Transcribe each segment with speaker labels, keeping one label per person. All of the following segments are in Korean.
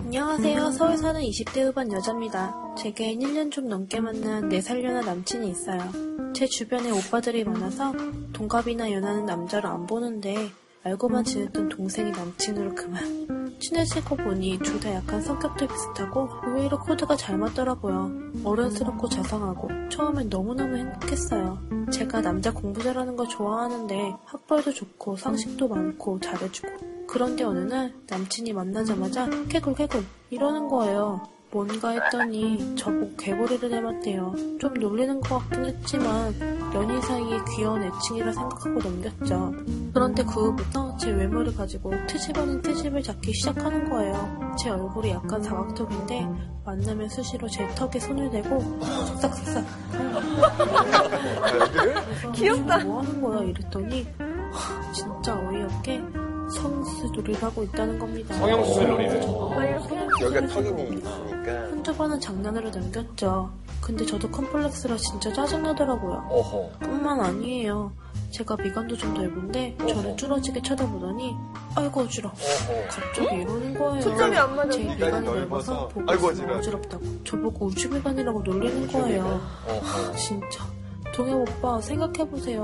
Speaker 1: 안녕하세요. 서울 사는 20대 후반 여자입니다. 제겐 1년 좀 넘게 만난 4살연하 남친이 있어요. 제 주변에 오빠들이 많아서 동갑이나 연하는 남자를 안 보는데 알고만 지냈던 동생이 남친으로 그만. 친해지고 보니 둘 다 약간 성격도 비슷하고 의외로 코드가 잘 맞더라고요. 어른스럽고 자상하고 처음엔 너무너무 행복했어요. 제가 남자 공부 잘하는 거 좋아하는데 학벌도 좋고 상식도 많고 잘해주고 그런데 어느 날 남친이 만나자마자 캐굴 캐굴 이러는 거예요. 뭔가 했더니 저보고 개구리를 닮았대요. 좀 놀리는 것 같긴 했지만 연인 사이에 귀여운 애칭이라 생각하고 넘겼죠. 그런데 그 후부터 제 외모를 가지고 트집 아닌 트집을 잡기 시작하는 거예요. 제 얼굴이 약간 사각턱인데 만나면 수시로 제 턱에 손을 대고 "어, 싹싹싹
Speaker 2: 귀엽다.
Speaker 1: 뭐 하는 거야 이랬더니 진짜 어이없게 성수술을 하고 있다는 겁니다.
Speaker 3: 성형수술 놀이를.
Speaker 1: 여기가
Speaker 4: 여기가 턱이 있으니까
Speaker 1: 혼자만은 장난으로 넘겼죠. 근데 저도 컴플렉스라 진짜 짜증나더라고요.
Speaker 3: 어허.
Speaker 1: 뿐만 아니에요. 제가 미간도 좀 넓은데 저를 쭈러지게 쳐다보더니 아이고 어지러. 갑자기 이러는 거예요.
Speaker 2: 초점이 안 맞아.
Speaker 1: 제 미간이 넓어서 보고
Speaker 4: 아이고, 어지러워.
Speaker 1: 있으면 어지럽다고. 저보고 우주미간이라고 놀리는 거예요.
Speaker 3: 어허.
Speaker 1: 진짜. 동엽 오빠 생각해보세요.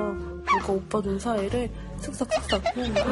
Speaker 1: 누가 오빠 눈 사이를 슥싹슥싹 보면서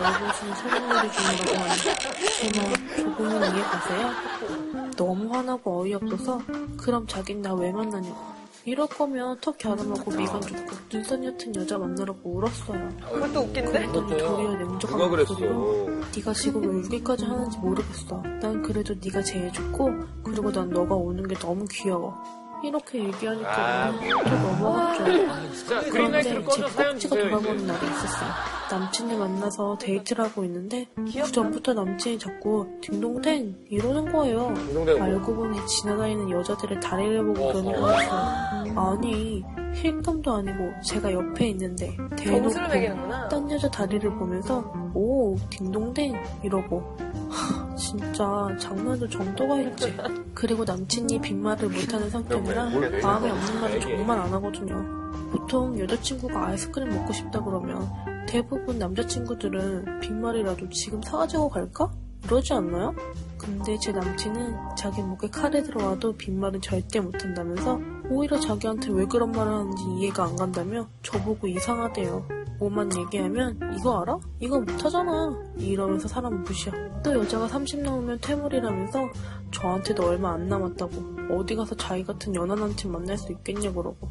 Speaker 1: 넓어진 소문을 주는다고 하니 제말 조금은 이해가세요? 음. 너무 화나고 어이없어서 그럼 자긴 나 왜 만나냐고 이럴 거면 턱 갸름하고 미간 좋고 눈썹 옅은 여자 만나라고 울었어요
Speaker 2: 그것도 웃긴데?
Speaker 1: 그랬더니 도리어
Speaker 5: 네,
Speaker 1: 냉정한
Speaker 3: 누가 그랬어?
Speaker 1: 목소리로 네가 지금 왜 울기까지 하는지 모르겠어. 난 그래도 네가 제일 좋고 그리고 난 너가 우는 게 너무 귀여워. 이렇게 얘기하니까 또 넘어갔죠.
Speaker 3: 자,
Speaker 1: 그런데
Speaker 3: 아. 그린라이트를
Speaker 1: 제
Speaker 3: 꺼져 사연
Speaker 1: 꼭지가
Speaker 3: 주세요.
Speaker 1: 돌아보는
Speaker 3: 이제.
Speaker 1: 날이 있었어요. 남친을 만나서 데이트를 하고 있는데 그
Speaker 2: 귀엽다.
Speaker 1: 전부터 남친이 자꾸 딩동댕 이러는 거예요.
Speaker 3: 운동되는 거.
Speaker 1: 알고 보니 지나다니는 여자들을 다리를 보고
Speaker 3: 어허.
Speaker 1: 그러는 거였어요. 아니 힐끔도 아니고 제가 옆에 있는데 대놓고
Speaker 2: 점수를 매기는구나.
Speaker 1: 딴 여자 다리를 보면서 오 딩동댕 이러고 하, 진짜 장난도 정도가 있지 그리고 남친이 빈말을 못하는 상태라 마음에 없는 말을 정말 안 하거든요 보통 여자친구가 아이스크림 먹고 싶다 그러면 대부분 남자친구들은 빈말이라도 지금 사가지고 갈까? 이러지 않나요? 근데 제 남친은 자기 목에 칼이 들어와도 빈말은 절대 못한다면서 오히려 자기한테 왜 그런 말을 하는지 이해가 안 간다며 저보고 이상하대요. 뭐만 얘기하면 이거 알아? 이거 못하잖아 이러면서 사람 무시야 또 여자가 30 넘으면 퇴물이라면서 저한테도 얼마 안 남았다고 어디 가서 자기 같은 연하 남친 만날 수 있겠냐 그러고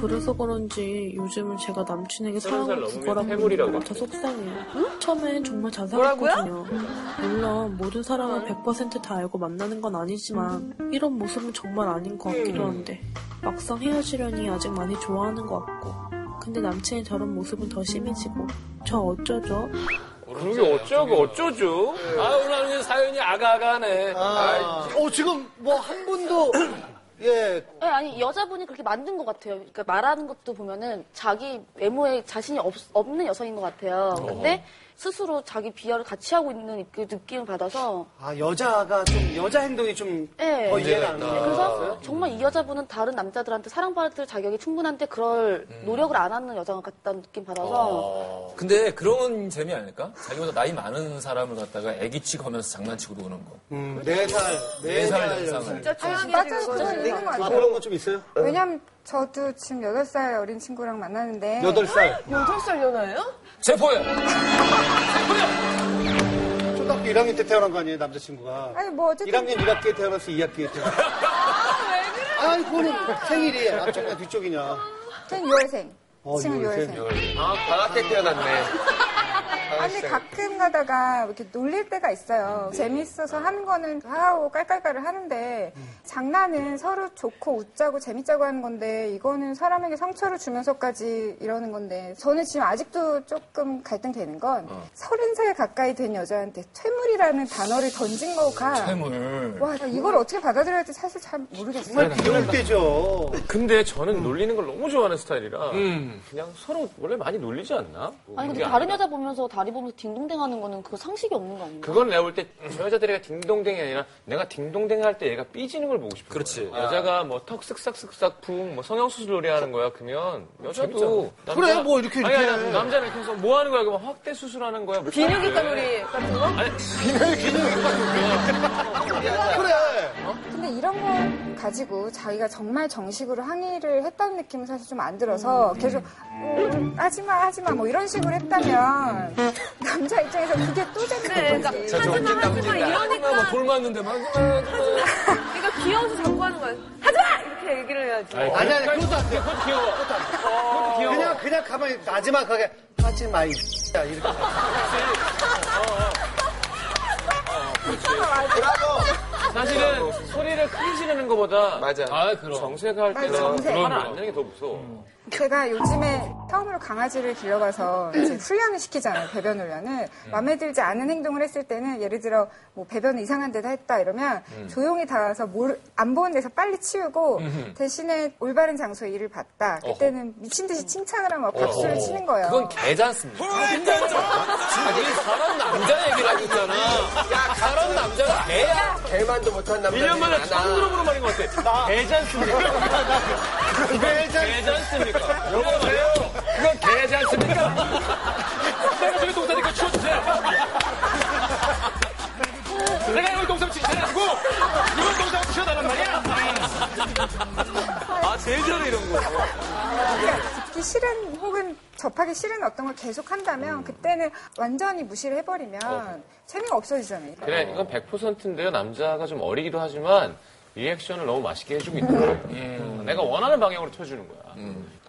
Speaker 1: 그래서 그런지 요즘은 제가 남친에게
Speaker 3: 서른 살
Speaker 1: 사랑을
Speaker 3: 넘으면
Speaker 1: 구걸하고 있는
Speaker 3: 퇴물이라고
Speaker 1: 것 같아 속상해요 처음엔 정말
Speaker 2: 뭐라고요?
Speaker 1: 자상했거든요 물론 모든 사람을 100%다 알고 만나는 건 아니지만 이런 모습은 정말 아닌 것 같기도
Speaker 6: 음.
Speaker 1: 한데 막상 헤어지려니 아직 많이 좋아하는 것 같고 근데 남친의 저런 모습은 더 심해지고 저 어쩌죠?
Speaker 3: 그러게 어쩌고 어쩌죠? 아, 오늘 그냥 사연이 아가아가하네.
Speaker 7: 아, 어, 지금 뭐 한 분도, 예,
Speaker 8: 네, 아니 여자분이 그렇게 만든 것 같아요. 그러니까 말하는 것도 보면은 자기 외모에 자신이 없, 없는 여성인 것 같아요. 근데 스스로 자기 비하를 같이 하고 있는 그 느낌을 받아서
Speaker 7: 아, 여자가 좀, 여자 행동이 좀,
Speaker 8: 예.
Speaker 7: 어, 이해가 안
Speaker 8: 네,
Speaker 7: 가.
Speaker 8: 그래서 정말 이 여자분은 다른 남자들한테 사랑받을 자격이 충분한데 그럴 노력을 안 하는 여자 같다는 느낌 받아서
Speaker 9: 근데 그런 재미 아닐까? 자기보다 나이 많은 사람을 갖다가 애기 취급하면서 장난치고 그러는 거.
Speaker 7: 음, 네 살, 네
Speaker 9: 네살
Speaker 7: 살.
Speaker 9: 연상을.
Speaker 2: 진짜 최악의
Speaker 10: 맞아요.
Speaker 2: 그거.
Speaker 10: 그건 있는 것
Speaker 7: 아,
Speaker 10: 같아요.
Speaker 7: 그런 거 좀 있어요?
Speaker 10: 왜냐면 저도 지금 8살 어린 친구랑 만나는데
Speaker 7: 여덟 살.
Speaker 2: 아, 여덟 살 연하예요?
Speaker 7: 네.
Speaker 9: 체포해!
Speaker 7: 초등학교 1학년 때 태어난 거 아니에요, 남자친구가.
Speaker 10: 아니 뭐 어쨌든
Speaker 7: 1학년 1학기에 태어났어, 2학기에 태어났어. 아, 왜 그래? 아, 그거는 생일이 앞쪽이냐, 뒤쪽이냐.
Speaker 10: 저는 6월생
Speaker 7: 어,
Speaker 10: 지금
Speaker 7: 6월생.
Speaker 10: 6월생,
Speaker 9: 네.
Speaker 4: 아 방학 때 태어났네
Speaker 10: 아니 가끔 가다가 이렇게 놀릴 때가
Speaker 7: 음.
Speaker 10: 있어요 재밌어서 하는 거는 하하고 깔깔깔을 하는데
Speaker 7: 음.
Speaker 10: 장난은 서로 좋고 웃자고 재밌자고 하는 건데 이거는 사람에게 상처를 주면서까지 이러는 건데 저는 지금 아직도 조금 갈등되는 건
Speaker 7: 어.
Speaker 10: 서른 살 가까이 된 여자한테 퇴물이라는 단어를 던진 거가
Speaker 9: 해물.
Speaker 10: 와 이걸 어떻게 받아들여야 할지 사실 잘 모르겠어요
Speaker 7: 정말 비교할 때죠.
Speaker 3: 근데 저는 놀리는 걸 너무 좋아하는 스타일이라
Speaker 9: 음.
Speaker 3: 그냥 서로 원래 많이 놀리지 않나?
Speaker 8: 아니 근데
Speaker 3: 그게
Speaker 8: 다른
Speaker 3: 아니라.
Speaker 8: 여자 보면서 다리 보면서 딩동댕 하는 거는 그거 상식이 없는 거 아닌가?
Speaker 3: 그건 내가 볼 때 저 여자들이가 딩동댕이 아니라 내가 딩동댕 할 때 얘가 삐지는 걸 보고 싶은
Speaker 9: 그렇지.
Speaker 3: 거야. 여자가 뭐 턱 쓱싹쓱싹 쿵, 뭐 성형수술 놀이 하는 거야, 그러면 여자도.
Speaker 7: 재밌잖아. 그래, 뭐 이렇게
Speaker 3: 아니,
Speaker 7: 이렇게
Speaker 3: 아니,
Speaker 7: 해.
Speaker 3: 남자는 계속 뭐 하는 거야, 그러면 확대 수술하는 거야. 뭐
Speaker 2: 비뇨기
Speaker 3: 이렇게.
Speaker 2: 칼로리 같은 거?
Speaker 3: 아니,
Speaker 7: 균형이 균형이 그래.
Speaker 10: 근데 이런 거 가지고 자기가 정말 정식으로 항의를 했다는 느낌은 사실 좀 안 들어서
Speaker 2: 네.
Speaker 10: 계속 음, 하지마 하지마 뭐 이런 식으로 했다면 남자 입장에서 그게 또 재밌는 거지.
Speaker 2: 네, 그러니까 하지마, 하지마, 뭐
Speaker 3: 뭐
Speaker 2: 이러니까.
Speaker 9: 돌 맞는데 막 하지마, 하지마.
Speaker 2: 그러니까 귀여워서 자꾸 하는 거야. 하지마! 이렇게 얘기를 해야지.
Speaker 7: 아니 아니 네,
Speaker 9: 그러니까
Speaker 7: 그것도 안 돼.
Speaker 3: 그것도 귀여워.
Speaker 7: 그냥 그냥 가만히 마지막하게 하지 마 이. X야, 이렇게.
Speaker 3: 사실은 소리를 크게 지르는 것보다
Speaker 4: 맞아.
Speaker 9: 아, 그럼.
Speaker 3: 정색할
Speaker 10: 맞아,
Speaker 3: 때는
Speaker 10: 정색.
Speaker 3: 화를 안 내는 게 더 무서워.
Speaker 10: 제가 요즘에 처음으로 강아지를 길러가서 이제 훈련을 시키잖아요. 배변 훈련을. 마음에 들지 않은 행동을 했을 때는 예를 들어 뭐 배변을 이상한 데다 했다 이러면 조용히 닿아서 뭘, 안 보는 데서 빨리 치우고 대신에 올바른 장소에 일을 봤다. 그때는 미친 듯이 칭찬을 하면 박수를 치는 거예요.
Speaker 9: 어. 그건 개지 않습니까?
Speaker 3: 아,
Speaker 9: 아니, 사람 남자 얘기를 하고 있잖아. 야, 사람 남자가 개야.
Speaker 4: 개만도 못한 남자.
Speaker 3: 1년 만에 처음 들어보는 말인 것 같아. 개지 않습니까? 개지 않습니까? 여보세요? 그건 개지 않습니까? 내가 저기 동사니까 치워주세요. 내가 여기 동사 치워주세요. 이번 동사 치워달란 말이야. 아, 제일 잘해, 이런 거.
Speaker 10: 그러니까 듣기 싫은 혹은 접하기 싫은 어떤 걸 계속 한다면 그때는 완전히 무시를 해버리면 재미가 없어지잖아요.
Speaker 3: 그래, 이건 100%인데요. 남자가 좀 어리기도 하지만 리액션을 너무 맛있게 해주고 있더라고.
Speaker 4: 예.
Speaker 3: 내가 원하는 방향으로 쳐주는 거야.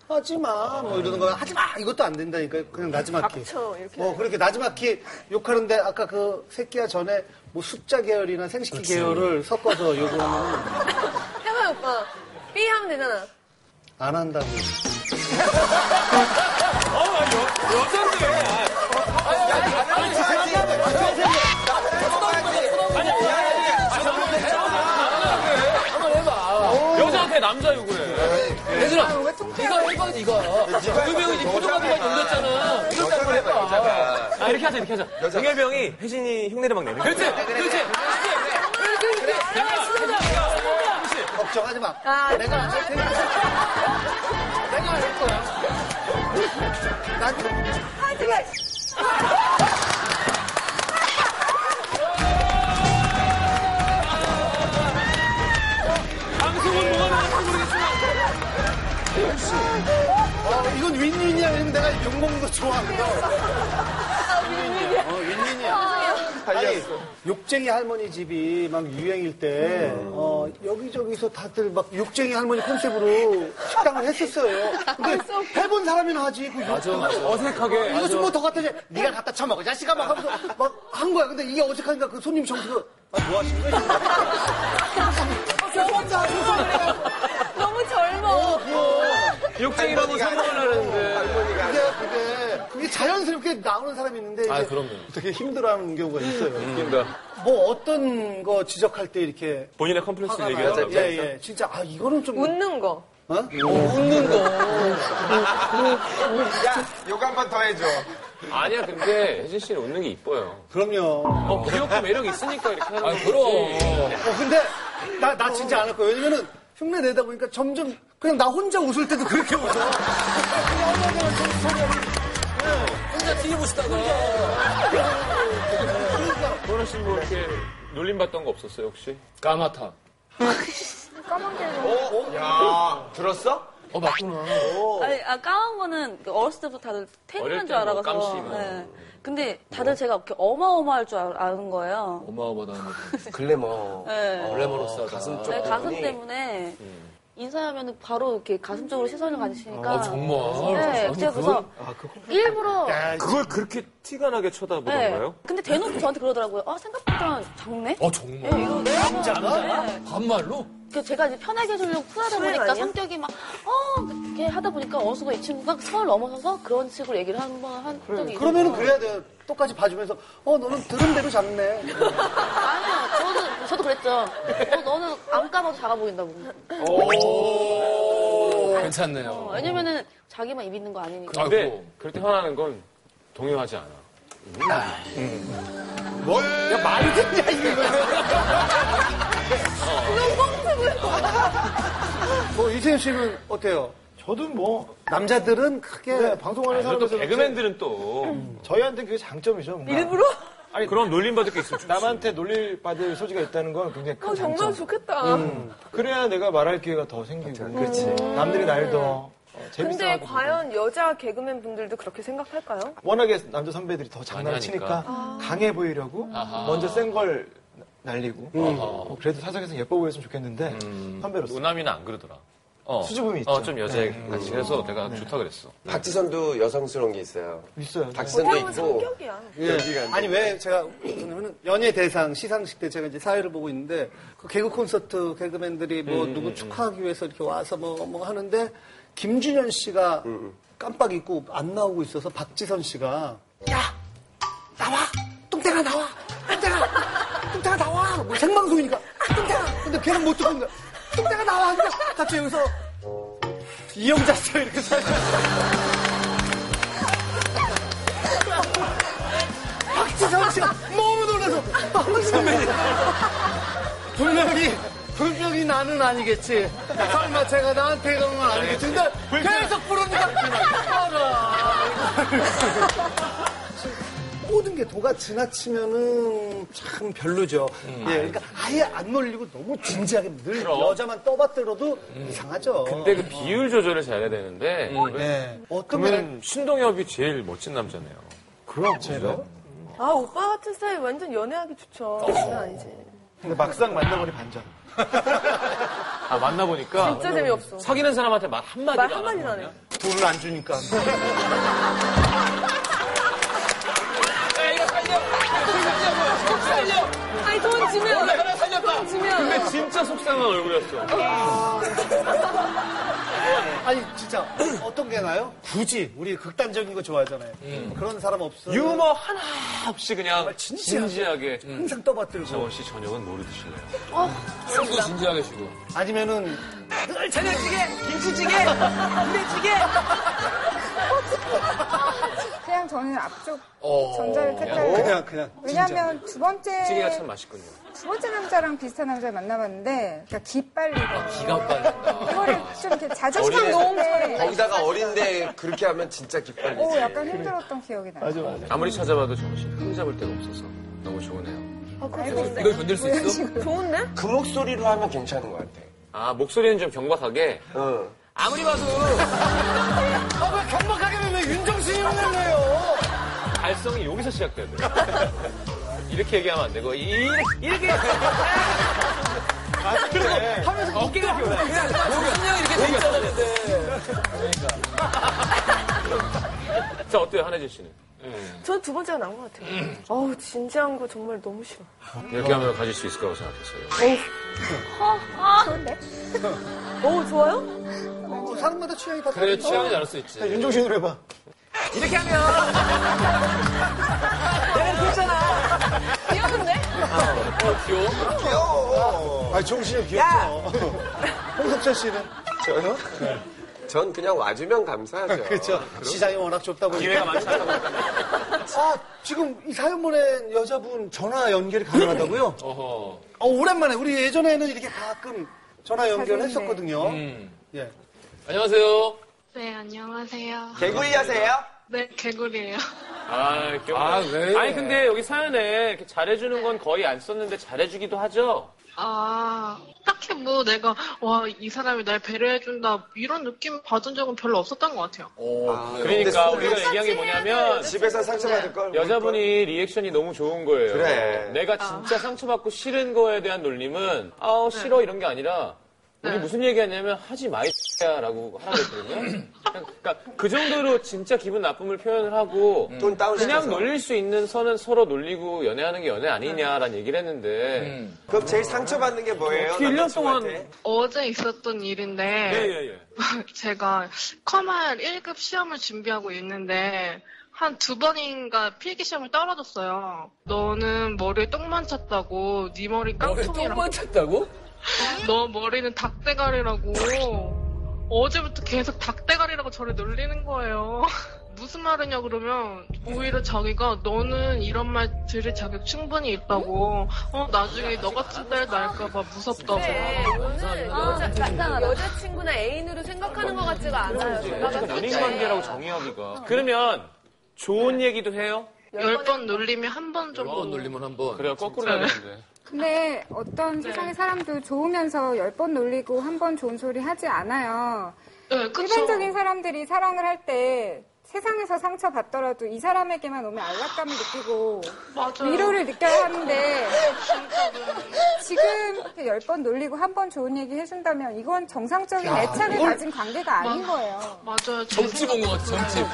Speaker 7: 하지 마. 뭐 이러는 거야. 하지 마. 이것도 안 된다니까요. 그냥 나지막히.
Speaker 2: 닥쳐, 이렇게.
Speaker 7: 뭐 그렇게 나지막히 욕하는데 아까 그 새끼야 전에 뭐 숫자 계열이나 생식기 계열을 섞어서 요거는
Speaker 2: 해봐요, 오빠. 삐 하면 되잖아.
Speaker 7: 안 한다고.
Speaker 4: 아,
Speaker 3: 아, 여자한테 남자 욕을 해.
Speaker 4: 네.
Speaker 10: 아, 왜 통쾌하고
Speaker 9: 이거 해봐, 이거. 유명이
Speaker 3: 네
Speaker 9: 니 포도가지가 놀렸잖아.
Speaker 4: 여자가 해봐, 여자가.
Speaker 3: 아, 이렇게 하자, 이렇게 하자.
Speaker 4: 동해병이 혜진이 흉내내막 내는
Speaker 9: 그렇지, 그렇지.
Speaker 7: 걱정하지 마.
Speaker 2: 아,
Speaker 7: 내가 안 할 테니까. 내가 안 할 거야. 난
Speaker 3: 방송은 뭐가 나왔는지 모르겠지만.
Speaker 7: 어, 이건 윈윈이야. 왜냐면 내가 욕 먹는 거 좋아하거든. 어, 윈윈이야. 아니, 욕쟁이 할머니 집이 막 유행일 때, 어, 여기저기서 다들 막 욕쟁이 할머니 컨셉으로 식당을 했었어요. 근데
Speaker 2: 아,
Speaker 7: 해본 사람이나 하지. 그 맞아,
Speaker 3: 어색하게.
Speaker 7: 이거 좀 뭐 더 갖다 줘. 네가 갖다 쳐먹어. 자식아. 막 하면서 막 한 거야. 근데 이게 어색하니까 그 손님 정수가. 아, 뭐 하시는 거야?
Speaker 2: 너무 젊어.
Speaker 3: 욕쟁이라고 성공을 하는데.
Speaker 4: 할머니가.
Speaker 7: 근데 그게, 그게 자연스럽게 나오는 사람이 있는데. 이제
Speaker 9: 아, 그럼요.
Speaker 7: 되게 힘들어하는 경우가 있어요.
Speaker 3: 그러니까
Speaker 7: 뭐 어떤 거 지적할 때 이렇게
Speaker 3: 본인의 컴플렉스
Speaker 7: 화가
Speaker 3: 얘기하자.
Speaker 7: 나요. 예, 예. 진짜 아 이거는 좀
Speaker 2: 웃는 거.
Speaker 7: 어? 웃는 거.
Speaker 4: 야, 요거 한 번 더 해줘.
Speaker 3: 아니야, 근데 혜진 씨는 웃는 게 이뻐요.
Speaker 7: 그럼요.
Speaker 3: 어, 귀엽고 매력 있으니까 이렇게 하는
Speaker 9: 아,
Speaker 3: 거지.
Speaker 9: 그럼.
Speaker 7: 어, 근데 나, 나 진짜 안 할 거예요. 왜냐면은 흉내 내다 보니까 점점 그냥 나 혼자 웃을 때도 그렇게 웃어.
Speaker 9: 혼자 TV 보시다가.
Speaker 3: 보라 씨뭐 이렇게 놀림 받던 거 없었어요, 혹시?
Speaker 9: 까마타.
Speaker 10: 까만 게
Speaker 4: 야, 들었어?
Speaker 9: 어, 맞구나.
Speaker 8: 아니, 아, 까만 거는 어렸을 때부터 다들
Speaker 3: 어릴
Speaker 8: 태어난 줄
Speaker 3: 때뭐
Speaker 8: 알아가서. 네.
Speaker 3: 깜씨 뭐.
Speaker 8: 근데 다들 제가 이렇게 어마어마할 줄 알- 아는 거예요.
Speaker 9: 어. 어마어마한.
Speaker 4: 글래머.
Speaker 8: 네.
Speaker 7: 어,
Speaker 9: 글래머러스 가슴 음. 쪽.
Speaker 8: 네, 가슴 때문에 인사하면 바로 이렇게 가슴 쪽으로 시선을 가지시니까.
Speaker 9: 아, 정말.
Speaker 8: 그러니까 네,
Speaker 9: 아니,
Speaker 8: 제가 그래서
Speaker 9: 그건-
Speaker 8: 일부러.
Speaker 3: 그걸 그렇게 티가 나게 쳐다보던
Speaker 8: 네. 근데 대놓고 저한테 그러더라고요. 아, 생각보다 작네? 네.
Speaker 9: 어,
Speaker 8: 예,
Speaker 9: 정말.
Speaker 8: 이거 내가
Speaker 9: 반말로?
Speaker 8: 그 제가 이제 편하게 해주려고 쿨하다 보니까 성격이 막, 어, 이렇게 하다 보니까 어느순간 이 친구가 선을 넘어서서 그런 식으로 얘기를 한 번 한 적이 있어요.
Speaker 7: 그러면은 그래야 돼요. 똑같이 봐주면서 어 너는 들은 대로 잡네.
Speaker 8: 아니요, 저도, 저도 그랬죠. 어, 너는 안 까봐도 작아 보인다고.
Speaker 9: 괜찮네요.
Speaker 8: 어, 왜냐면은 자기만 입 있는 거 아니니까.
Speaker 3: 근데
Speaker 9: 아이고.
Speaker 3: 그럴 때 화나는 건 동요하지 않아.
Speaker 7: 뭐 이세윤 씨는 어때요?
Speaker 11: 저도 뭐
Speaker 7: 남자들은 크게
Speaker 11: 네, 방송하는
Speaker 3: 아,
Speaker 9: 아,
Speaker 3: 그리고 또
Speaker 11: 사람에서
Speaker 3: 개그맨들은 또
Speaker 11: 저희한테 그게 장점이죠. 뭔가.
Speaker 2: 일부러?
Speaker 11: 아
Speaker 3: 그런 놀림받을 게 있으면 좋지.
Speaker 11: 남한테 놀릴 받을 소지가 있다는 건 굉장히
Speaker 9: 아,
Speaker 11: 큰
Speaker 2: 어, 정말
Speaker 11: 장점. 음.
Speaker 2: 좋겠다.
Speaker 9: 음,
Speaker 11: 그래야 내가 말할 기회가 더 생기고. 그렇지. 남들이 날 더. 어, 재밌어.
Speaker 2: 근데 과연 여자 개그맨 분들도 그렇게 생각할까요?
Speaker 9: 음.
Speaker 2: 아,
Speaker 11: 워낙에 남자 선배들이 더 장난을 치니까 강해 보이려고 먼저 센 걸 날리고 어, 그래도 사석에서 예뻐 보였으면 좋겠는데 선배로서
Speaker 9: 우남이는 안 그러더라. 어.
Speaker 11: 수줍음이 있죠. 네. 음.
Speaker 9: 어, 좀 여자같이 해서 내가 좋다 그랬어.
Speaker 4: 네. 박지선도 여성스러운 게 있어요.
Speaker 11: 있어요. 예.
Speaker 4: 박지선도
Speaker 2: 태양은
Speaker 4: 있고. 예.
Speaker 2: 성격이야.
Speaker 4: 연기가
Speaker 7: 예. 아니 왜 제가 그러면은 연예 대상 시상식 때 제가 이제 사회를 보고 있는데 그 개그 콘서트 개그맨들이 뭐
Speaker 4: 음,
Speaker 7: 누구 축하하기 위해서 이렇게 와서 뭐 뭐 하는데 김준현 씨가
Speaker 4: 음,
Speaker 7: 깜빡 잊고 안 나오고 있어서 박지선 씨가 야 나와 뚱땡아 나와 뚱땡아 뚱땡아 나와 뭐 생방송이니까 뚱땡아 근데 걔는 못 듣고 있는 거야 뚱땡아 나와 그냥 갑자기 여기서 이영자 씨가 이렇게 서 박지선 씨가 너무 놀라서 박지선 선배님
Speaker 9: 아,
Speaker 7: 분명히 분명히 나는 아니겠지 설마 제가 나한테 그런 건
Speaker 11: 네.
Speaker 7: 아니겠지 근데 계속 부르니까 알아. 모든 게 도가 지나치면은 참 별로죠.
Speaker 9: 음.
Speaker 7: 예, 그러니까 아예 안 놀리고 너무 진지하게 늘 여자만 떠받들어도 이상하죠.
Speaker 9: 근데 그 비율 조절을 잘해야 되는데
Speaker 11: 음.
Speaker 9: 그
Speaker 11: 네.
Speaker 7: 예. 어떤 면
Speaker 9: 그러면 신동엽이 제일 멋진 남자네요.
Speaker 7: 그럼 제가
Speaker 2: 아, 오빠 같은 스타일 완전 연애하기 좋죠.
Speaker 9: 어.
Speaker 2: 장난 아니지.
Speaker 11: 근데 막상 만나보니 반전.
Speaker 9: 아 만나보니까
Speaker 2: 진짜 재미없어.
Speaker 9: 사귀는 사람한테 말 한마디도
Speaker 2: 말
Speaker 9: 안
Speaker 2: 한마디도 안
Speaker 9: 하는
Speaker 2: 해요.
Speaker 7: 돈을 안 주니까
Speaker 9: 거야. 야, 이거 살려! 야, 살려! 살려!
Speaker 2: 아니, 아, 돈 지면.
Speaker 9: 나 하나 살렸다!
Speaker 2: 돈 지면.
Speaker 9: 근데 진짜 속상한 얼굴이었어.
Speaker 7: 아니 진짜 어떤 게 나요? 굳이 우리 극단적인 거 좋아하잖아요. 그런 사람 없어요.
Speaker 9: 음. 유머 하나 없이 그냥 진지하게.
Speaker 7: 항상 떠받들고
Speaker 9: 정원 씨 저녁은 뭐 드실래요? 술도 진지하게 주고.
Speaker 7: 아니면은
Speaker 10: 그냥 저는 앞쪽
Speaker 9: 어.
Speaker 10: 전자를 택할
Speaker 7: 그냥 그냥
Speaker 10: 왜냐하면 두
Speaker 9: 찌개가 참
Speaker 10: 번째
Speaker 9: 맛있군요.
Speaker 10: 두 번째 남자랑 비슷한 남자를 만나봤는데 그러니까 기 빨리고
Speaker 9: 기가 빨린다.
Speaker 10: 그거를 좀 이렇게 자존심
Speaker 4: 어린애.
Speaker 10: 놓은데
Speaker 4: 거기다가 어린데 그렇게 하면 진짜 기빨리지.
Speaker 10: 오 약간 힘들었던 기억이 나요.
Speaker 9: 아무리 찾아봐도 정원 씨 흠잡을 데가 없어서 너무 좋으네요. 이걸 견딜 수 있어?
Speaker 2: 아, 좋은데?
Speaker 4: 그 목소리로 하면 괜찮은 것 같아.
Speaker 9: 아, 목소리는 좀 경박하게.
Speaker 4: 응.
Speaker 9: 아무리 봐도
Speaker 7: 아왜 경박하게 왜 윤정신이 없는 거예요?
Speaker 9: 발성이 여기서 시작돼야 돼. 이렇게 얘기하면 안 되고, 이렇게, 이렇게.
Speaker 7: 아,
Speaker 9: 그리고 하면서 어깨가 피곤해. 그냥 심장이 이렇게 돼 있어야 되는데. 그러니까. 자, 어때요, 한혜진 씨는? 예.
Speaker 2: 저는 두 번째가 나은 것 같아요.
Speaker 9: 음.
Speaker 2: 어우, 진지한 거 정말 너무 싫어.
Speaker 9: 이렇게 하면 가질 수 있을 거라고 생각했어요.
Speaker 2: 어우, 좋아요?
Speaker 7: 어, 사람마다 취향이 다
Speaker 9: 그래,
Speaker 7: 다르죠.
Speaker 9: 취향이 다를 수 있지.
Speaker 7: 아, 윤정신으로 해봐.
Speaker 2: 귀여운데?
Speaker 9: 어, 귀여워.
Speaker 7: 아 정신이 귀엽죠. 홍석철 씨는
Speaker 4: 저요?
Speaker 9: 네.
Speaker 4: 전 그냥 와주면 감사하죠.
Speaker 7: 그렇죠.
Speaker 9: 아,
Speaker 7: 시장이 워낙 좁다 보니까 기회가 많잖아요. 아 지금 이 사연 보낸 여자분 전화 연결이 가능하다고요?
Speaker 9: 어허.
Speaker 7: 어, 오랜만에 우리 예전에는 이렇게 가끔 전화 연결을
Speaker 10: 사귀네.
Speaker 7: 했었거든요.
Speaker 9: 음.
Speaker 7: 예.
Speaker 9: 안녕하세요.
Speaker 6: 네, 안녕하세요.
Speaker 4: 개구리하세요?
Speaker 6: 네, 개구리예요.
Speaker 9: 아, 귀엽다. 아, 왜? 아니, 근데 여기 사연에 이렇게 잘해주는 건 거의 안 썼는데 잘해주기도 하죠?
Speaker 6: 아, 딱히 뭐 내가 와, 이 사람이 날 배려해준다 이런 느낌 받은 적은 별로 없었던 것 같아요.
Speaker 3: 어?
Speaker 9: 그러니까
Speaker 4: 근데
Speaker 9: 우리가 얘기한 게 뭐냐면
Speaker 4: 집에서 상처받을 걸.
Speaker 9: 여자분이 리액션이 너무 좋은 거예요.
Speaker 4: 네. 그래.
Speaker 9: 내가 진짜 상처받고 싫은 거에 대한 놀림은 아우 싫어 이런 게 아니라 우리 무슨 얘기하냐면 하지 마이야라고 하라고 했거든요. 그러니까 그 정도로 진짜 기분 나쁨을 표현을 하고
Speaker 4: 음. 돈 다운시켜서.
Speaker 9: 그냥 놀릴 수 있는 선은 서로 놀리고 연애하는 게 연애 아니냐라는 얘기를 했는데
Speaker 4: 음. 그럼 제일 상처받는 게 뭐예요?
Speaker 9: 어떻게 일년 동안- 네.
Speaker 4: 남자친구한테?
Speaker 6: 어제 있었던 일인데
Speaker 3: 네,
Speaker 9: 예예예.
Speaker 6: 제가 컴활 1급 시험을 준비하고 있는데 한 두 번인가 필기 시험을 떨어졌어요. 너는 머리에 똥만 찼다고 네 머리 깡통이라고
Speaker 9: 찼다고?
Speaker 6: 너 머리는 닭대가리라고 어제부터 계속 닭대가리라고 저를 놀리는 거예요. 무슨 말이냐 그러면 오히려 자기가 너는 이런 말 들을 자격 충분히 있다고 어 나중에 너 같은 딸 날까봐 무섭다고
Speaker 2: 네, 오늘 여자, 여자친구나 애인으로 생각하는 것 같지가 않아요.
Speaker 9: 연인 관계라고 정의하기가. 그러면 좋은 얘기도 해요?
Speaker 6: 열 번 놀리면 한 번 정도.
Speaker 12: 한번 놀리면 한 번.
Speaker 9: 그래요, 거꾸로 해야 되는데.
Speaker 10: 근데
Speaker 6: 네.
Speaker 10: 어떤 세상의 사람도 좋으면서 열 번 놀리고 한 번 좋은 소리 하지 않아요.
Speaker 6: 네,
Speaker 10: 일반적인 사람들이 사랑을 할 때 세상에서 상처 받더라도 이 사람에게만 오면 안락감을 느끼고
Speaker 6: 맞아요.
Speaker 10: 위로를 느껴야 하는데
Speaker 6: 진짜로.
Speaker 10: 지금 열 번 놀리고 한 번 좋은 얘기 해준다면 이건 정상적인
Speaker 12: 야,
Speaker 10: 애착을
Speaker 12: 이걸-
Speaker 10: 가진 관계가 아닌 거예요.
Speaker 6: 맞아요.
Speaker 12: 점집 온것 같아, 점집.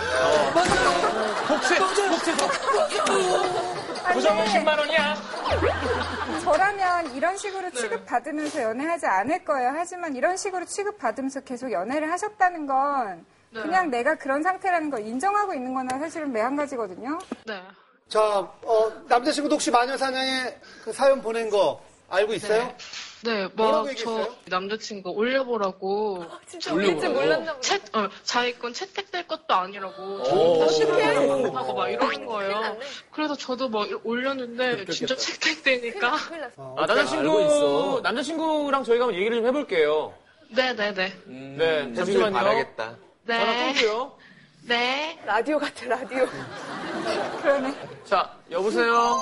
Speaker 12: 맞아요. 복채, 복채.
Speaker 10: 고정은 10만
Speaker 9: 원이야.
Speaker 10: 저라면 이런 식으로 취급받으면서 연애하지 않을 거예요. 하지만 이런 식으로 취급받으면서 계속 연애를 하셨다는 건
Speaker 6: 네.
Speaker 10: 그냥 내가 그런 상태라는 걸 인정하고 있는 거나 사실은 매한가지거든요.
Speaker 6: 네.
Speaker 7: 자, 어, 남자친구도 혹시 마녀사냥에 그 사연 보낸 거 알고 있어요?
Speaker 6: 네,
Speaker 7: 뭐라고
Speaker 6: 막 저 남자친구가 올려보라고.
Speaker 10: 진짜
Speaker 7: 올릴 줄
Speaker 10: 몰랐나
Speaker 6: 채, 어, 자기 건 채택될 것도 아니라고.
Speaker 12: 오.
Speaker 6: 다 싫어하고
Speaker 12: 오.
Speaker 6: 하고 막 이러는 거예요. 그래서 저도 막 올렸는데 진짜 채택되니까.
Speaker 9: 아, 남자친구, 남자친구랑 저희가 한번 얘기를 좀 해볼게요.
Speaker 6: 네네네.
Speaker 12: 음,
Speaker 9: 네, 잠시만요.
Speaker 4: 바라겠다.
Speaker 6: 네.
Speaker 9: 전화 끊고요.
Speaker 6: 네.
Speaker 2: 라디오 같아, 라디오.
Speaker 10: 그러네.
Speaker 9: 자, 여보세요?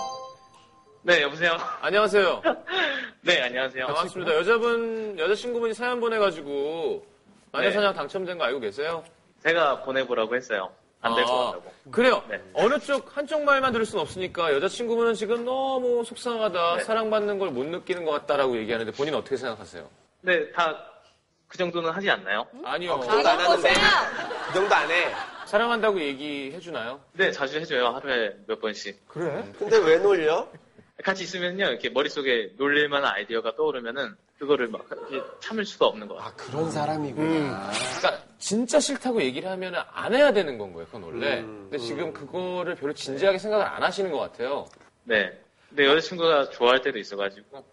Speaker 13: 네, 여보세요?
Speaker 9: 안녕하세요.
Speaker 13: 네, 안녕하세요.
Speaker 9: 반갑습니다. 여자분, 여자친구분이 사연 보내가지고, 마녀사냥 당첨된 거 알고 계세요?
Speaker 13: 네. 제가 보내보라고 했어요. 안 될 것
Speaker 9: 아,
Speaker 13: 같다고. 네.
Speaker 9: 그래요. 어느 쪽, 한쪽 말만 들을 순 없으니까, 여자친구분은 지금 너무 속상하다,
Speaker 13: 네.
Speaker 9: 사랑받는 걸 못 느끼는 것 같다라고 얘기하는데, 본인은 어떻게 생각하세요?
Speaker 13: 네, 다 그 정도는 하지 않나요?
Speaker 9: 아니요.
Speaker 13: 그 정도 안 하는데.
Speaker 9: 그 정도 안 해. 사랑한다고 얘기해주나요?
Speaker 13: 네, 자주 해줘요. 하루에 몇 번씩.
Speaker 11: 그래?
Speaker 13: 근데 왜 놀려? 같이 있으면요, 이렇게 머릿속에 놀릴만한 아이디어가 떠오르면은, 그거를 막 이렇게 참을 수가 없는 것 같아요. 아,
Speaker 4: 그런 사람이구나.
Speaker 9: 그러니까 진짜 싫다고 얘기를 하면 안 해야 되는 건 거예요, 그건 원래.
Speaker 4: 음.
Speaker 9: 근데 지금 그거를 별로
Speaker 4: 네.
Speaker 9: 진지하게 생각을 안 하시는 것 같아요.
Speaker 13: 네. 근데 여자친구가 좋아할 때도 있어가지고.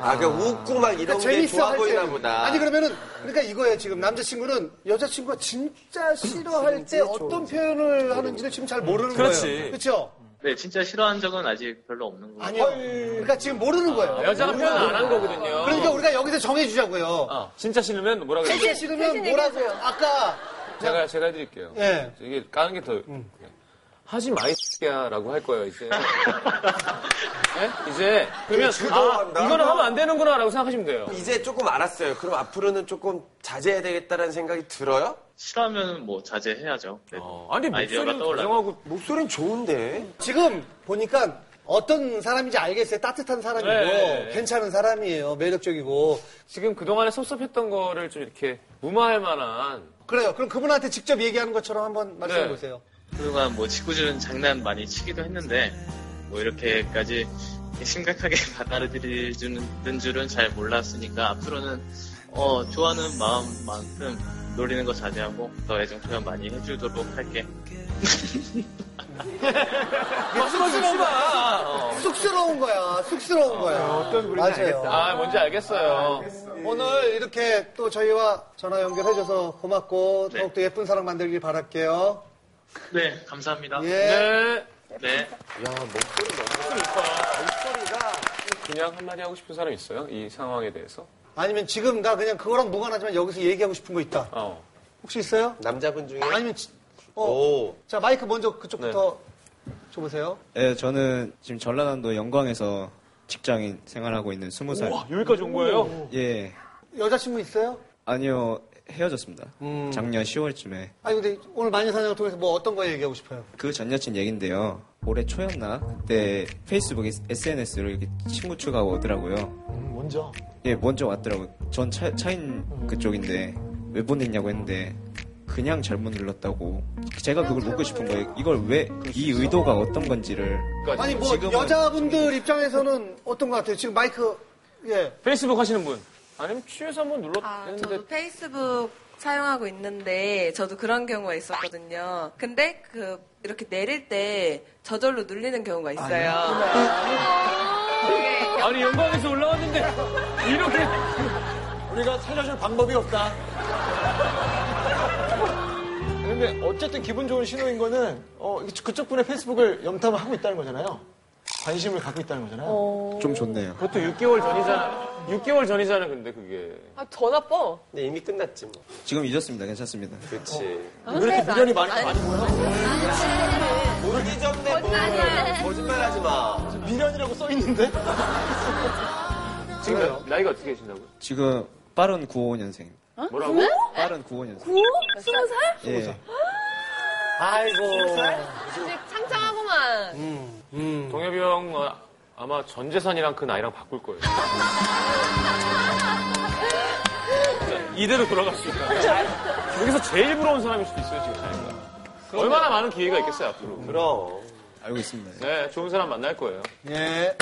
Speaker 4: 아, 그 웃고 막 이런 게
Speaker 7: 재밌어
Speaker 4: 좋아
Speaker 7: 할
Speaker 4: 보이나
Speaker 7: 때.
Speaker 4: 보다.
Speaker 7: 아니 그러면은 그러니까 이거예요 지금 남자친구는 여자친구가 진짜 싫어할 때 어떤 표현을 하는지를 지금 잘 모르는 거예요. 그렇죠?
Speaker 13: 네, 진짜 싫어한 적은 아직 별로 없는 것 같아요.
Speaker 7: 아니요. 그러니까 지금 모르는 거예요.
Speaker 9: 아, 여자가
Speaker 4: 음.
Speaker 7: 모르는
Speaker 9: 표현 안 한
Speaker 7: 거예요.
Speaker 9: 거거든요. 어.
Speaker 7: 그러니까 우리가 여기서 정해주자고요.
Speaker 9: 진짜 싫으면
Speaker 4: 아,
Speaker 9: 뭐라
Speaker 4: 그러니까
Speaker 9: 그래요?
Speaker 7: 진짜 싫으면 뭐라고? 아까
Speaker 9: 제가, 제가 해드릴게요.
Speaker 7: 예.
Speaker 9: 이게 까는 게 더.
Speaker 4: 음.
Speaker 9: 그래. 하지 마, 이 X야. 라고 할 거예요, 이제. 예? 이제, 그러면,
Speaker 4: 되게
Speaker 9: 아,
Speaker 4: 주도한다.
Speaker 9: 이거는 하면 안 되는구나 라고 생각하시면 돼요.
Speaker 4: 이제 조금 알았어요. 그럼 앞으로는 조금 자제해야 되겠다라는 생각이 들어요?
Speaker 13: 싫어하면 뭐 자제해야죠.
Speaker 4: 아니,
Speaker 13: 아이디어가
Speaker 4: 목소리는
Speaker 13: 떠올라요.
Speaker 9: 정하고
Speaker 4: 목소리는 좋은데.
Speaker 7: 지금 보니까 어떤 사람인지 알겠어요. 따뜻한 사람이고
Speaker 4: 뭐
Speaker 9: 네.
Speaker 7: 괜찮은 사람이에요. 매력적이고.
Speaker 9: 지금 그동안에 섭섭했던 거를 좀 이렇게 무마할 만한.
Speaker 7: 그래요. 그럼 그분한테 직접 얘기하는 것처럼 한번 말씀해
Speaker 13: 네.
Speaker 7: 보세요.
Speaker 13: 그동안 뭐 짓궂은 장난 많이 치기도 했는데 뭐 이렇게까지 심각하게 받아들이는 줄은 잘 몰랐으니까 앞으로는 어, 좋아하는 마음만큼 놀리는 거 자제하고 더 애정 표현 많이 해주도록 할게.
Speaker 9: 쑥스러운 거야. 어.
Speaker 7: 쑥스러운 거야. 쑥스러운 거야. 어떤 분인지
Speaker 9: 아, 뭔지 알겠어요.
Speaker 7: 오늘 이렇게 또 저희와 전화 연결해줘서 고맙고
Speaker 9: 네.
Speaker 7: 더욱더 예쁜 사랑 만들길 바랄게요.
Speaker 13: 네, 감사합니다.
Speaker 7: 네.
Speaker 13: 네.
Speaker 4: 야, 목소리
Speaker 9: 그냥 한마디 하고 싶은 사람 있어요? 이 상황에 대해서?
Speaker 7: 아니면 지금 나 그냥 그거랑 무관하지만 여기서 얘기하고 싶은 거 있다.
Speaker 9: 어.
Speaker 7: 혹시 있어요?
Speaker 4: 남자분 중에?
Speaker 7: 아니면 지- 어. 자 마이크 먼저 그쪽부터 줘보세요.
Speaker 14: 네, 저는 지금 전라남도 영광에서 직장인 생활하고 있는 스무 살.
Speaker 7: 우와, 여기까지 온 거예요?
Speaker 14: 예.
Speaker 7: 여자친구 있어요?
Speaker 14: 아니요, 헤어졌습니다.
Speaker 7: 음.
Speaker 14: 작년 10월쯤에.
Speaker 7: 아니 근데 오늘 마녀사냥을 통해서 뭐 어떤 거 얘기하고 싶어요?
Speaker 14: 그 전 여친 얘긴데요. 올해 초였나? 그때 페이스북에 SNS로 이렇게 친구 추가가 오더라고요.
Speaker 11: 먼저.
Speaker 14: 예, 먼저 왔더라고요. 전 차, 차인 그쪽인데 왜 보냈냐고 했는데 그냥 잘못 눌렀다고. 제가 그걸 묻고 싶은 거예요. 이걸 왜, 이 의도가 어떤 건지를.
Speaker 9: 그러니까
Speaker 7: 아니 뭐
Speaker 14: 지금은-
Speaker 7: 여자분들 입장에서는 어떤 것 같아요? 지금 마이크 예.
Speaker 9: 페이스북 하시는 분? 아니면 취해서 한번 눌렀는데
Speaker 5: 저도 페이스북 사용하고 있는데 저도 그런 경우가 있었거든요. 근데 그 이렇게 내릴 때 저절로 눌리는 경우가 있어요.
Speaker 9: 아니 영광에서 올라왔는데 이렇게
Speaker 12: 우리가 살려줄 방법이 없다. 근데 어쨌든 기분 좋은 신호인 거는 어, 그쪽 분의 페이스북을 염탐을 하고 있다는 거잖아요.
Speaker 11: 관심을 갖고 있다는 거잖아요.
Speaker 2: 어.
Speaker 14: 좀 좋네요.
Speaker 9: 그것도 6개월 전이잖아. 6개월 전이잖아, 근데 그게.
Speaker 2: 아, 더 나빠.
Speaker 4: 근데 이미 끝났지 뭐.
Speaker 14: 지금 잊었습니다. 괜찮습니다.
Speaker 4: 그렇지.
Speaker 9: 어.
Speaker 2: 왜 이렇게
Speaker 4: 미련이 많이 많이 모르기 전에 뭐 거짓말하지 마.
Speaker 11: 미련이라고 써 있는데?
Speaker 9: 지금 나이가 어떻게 되신다고요?
Speaker 14: 지금 빠른 95년생.
Speaker 2: 어?
Speaker 9: 뭐라고?
Speaker 2: 구호?
Speaker 14: 빠른 95년생.
Speaker 2: 구호? 스무 살?
Speaker 14: 예.
Speaker 7: 아이고.
Speaker 2: 이제 창창하구만.
Speaker 9: 동엽이 형 어, 아마 전 재산이랑 그 나이랑 바꿀 거예요. 진짜 이대로 돌아갈 수 있다. 여기서 제일 부러운 사람일 수도 있어요, 지금 자기가. 얼마나 많은 기회가 있겠어요, 앞으로.
Speaker 4: 그럼.
Speaker 14: 알고 있습니다.
Speaker 9: 네, 좋은 사람 만날 거예요.
Speaker 7: 예.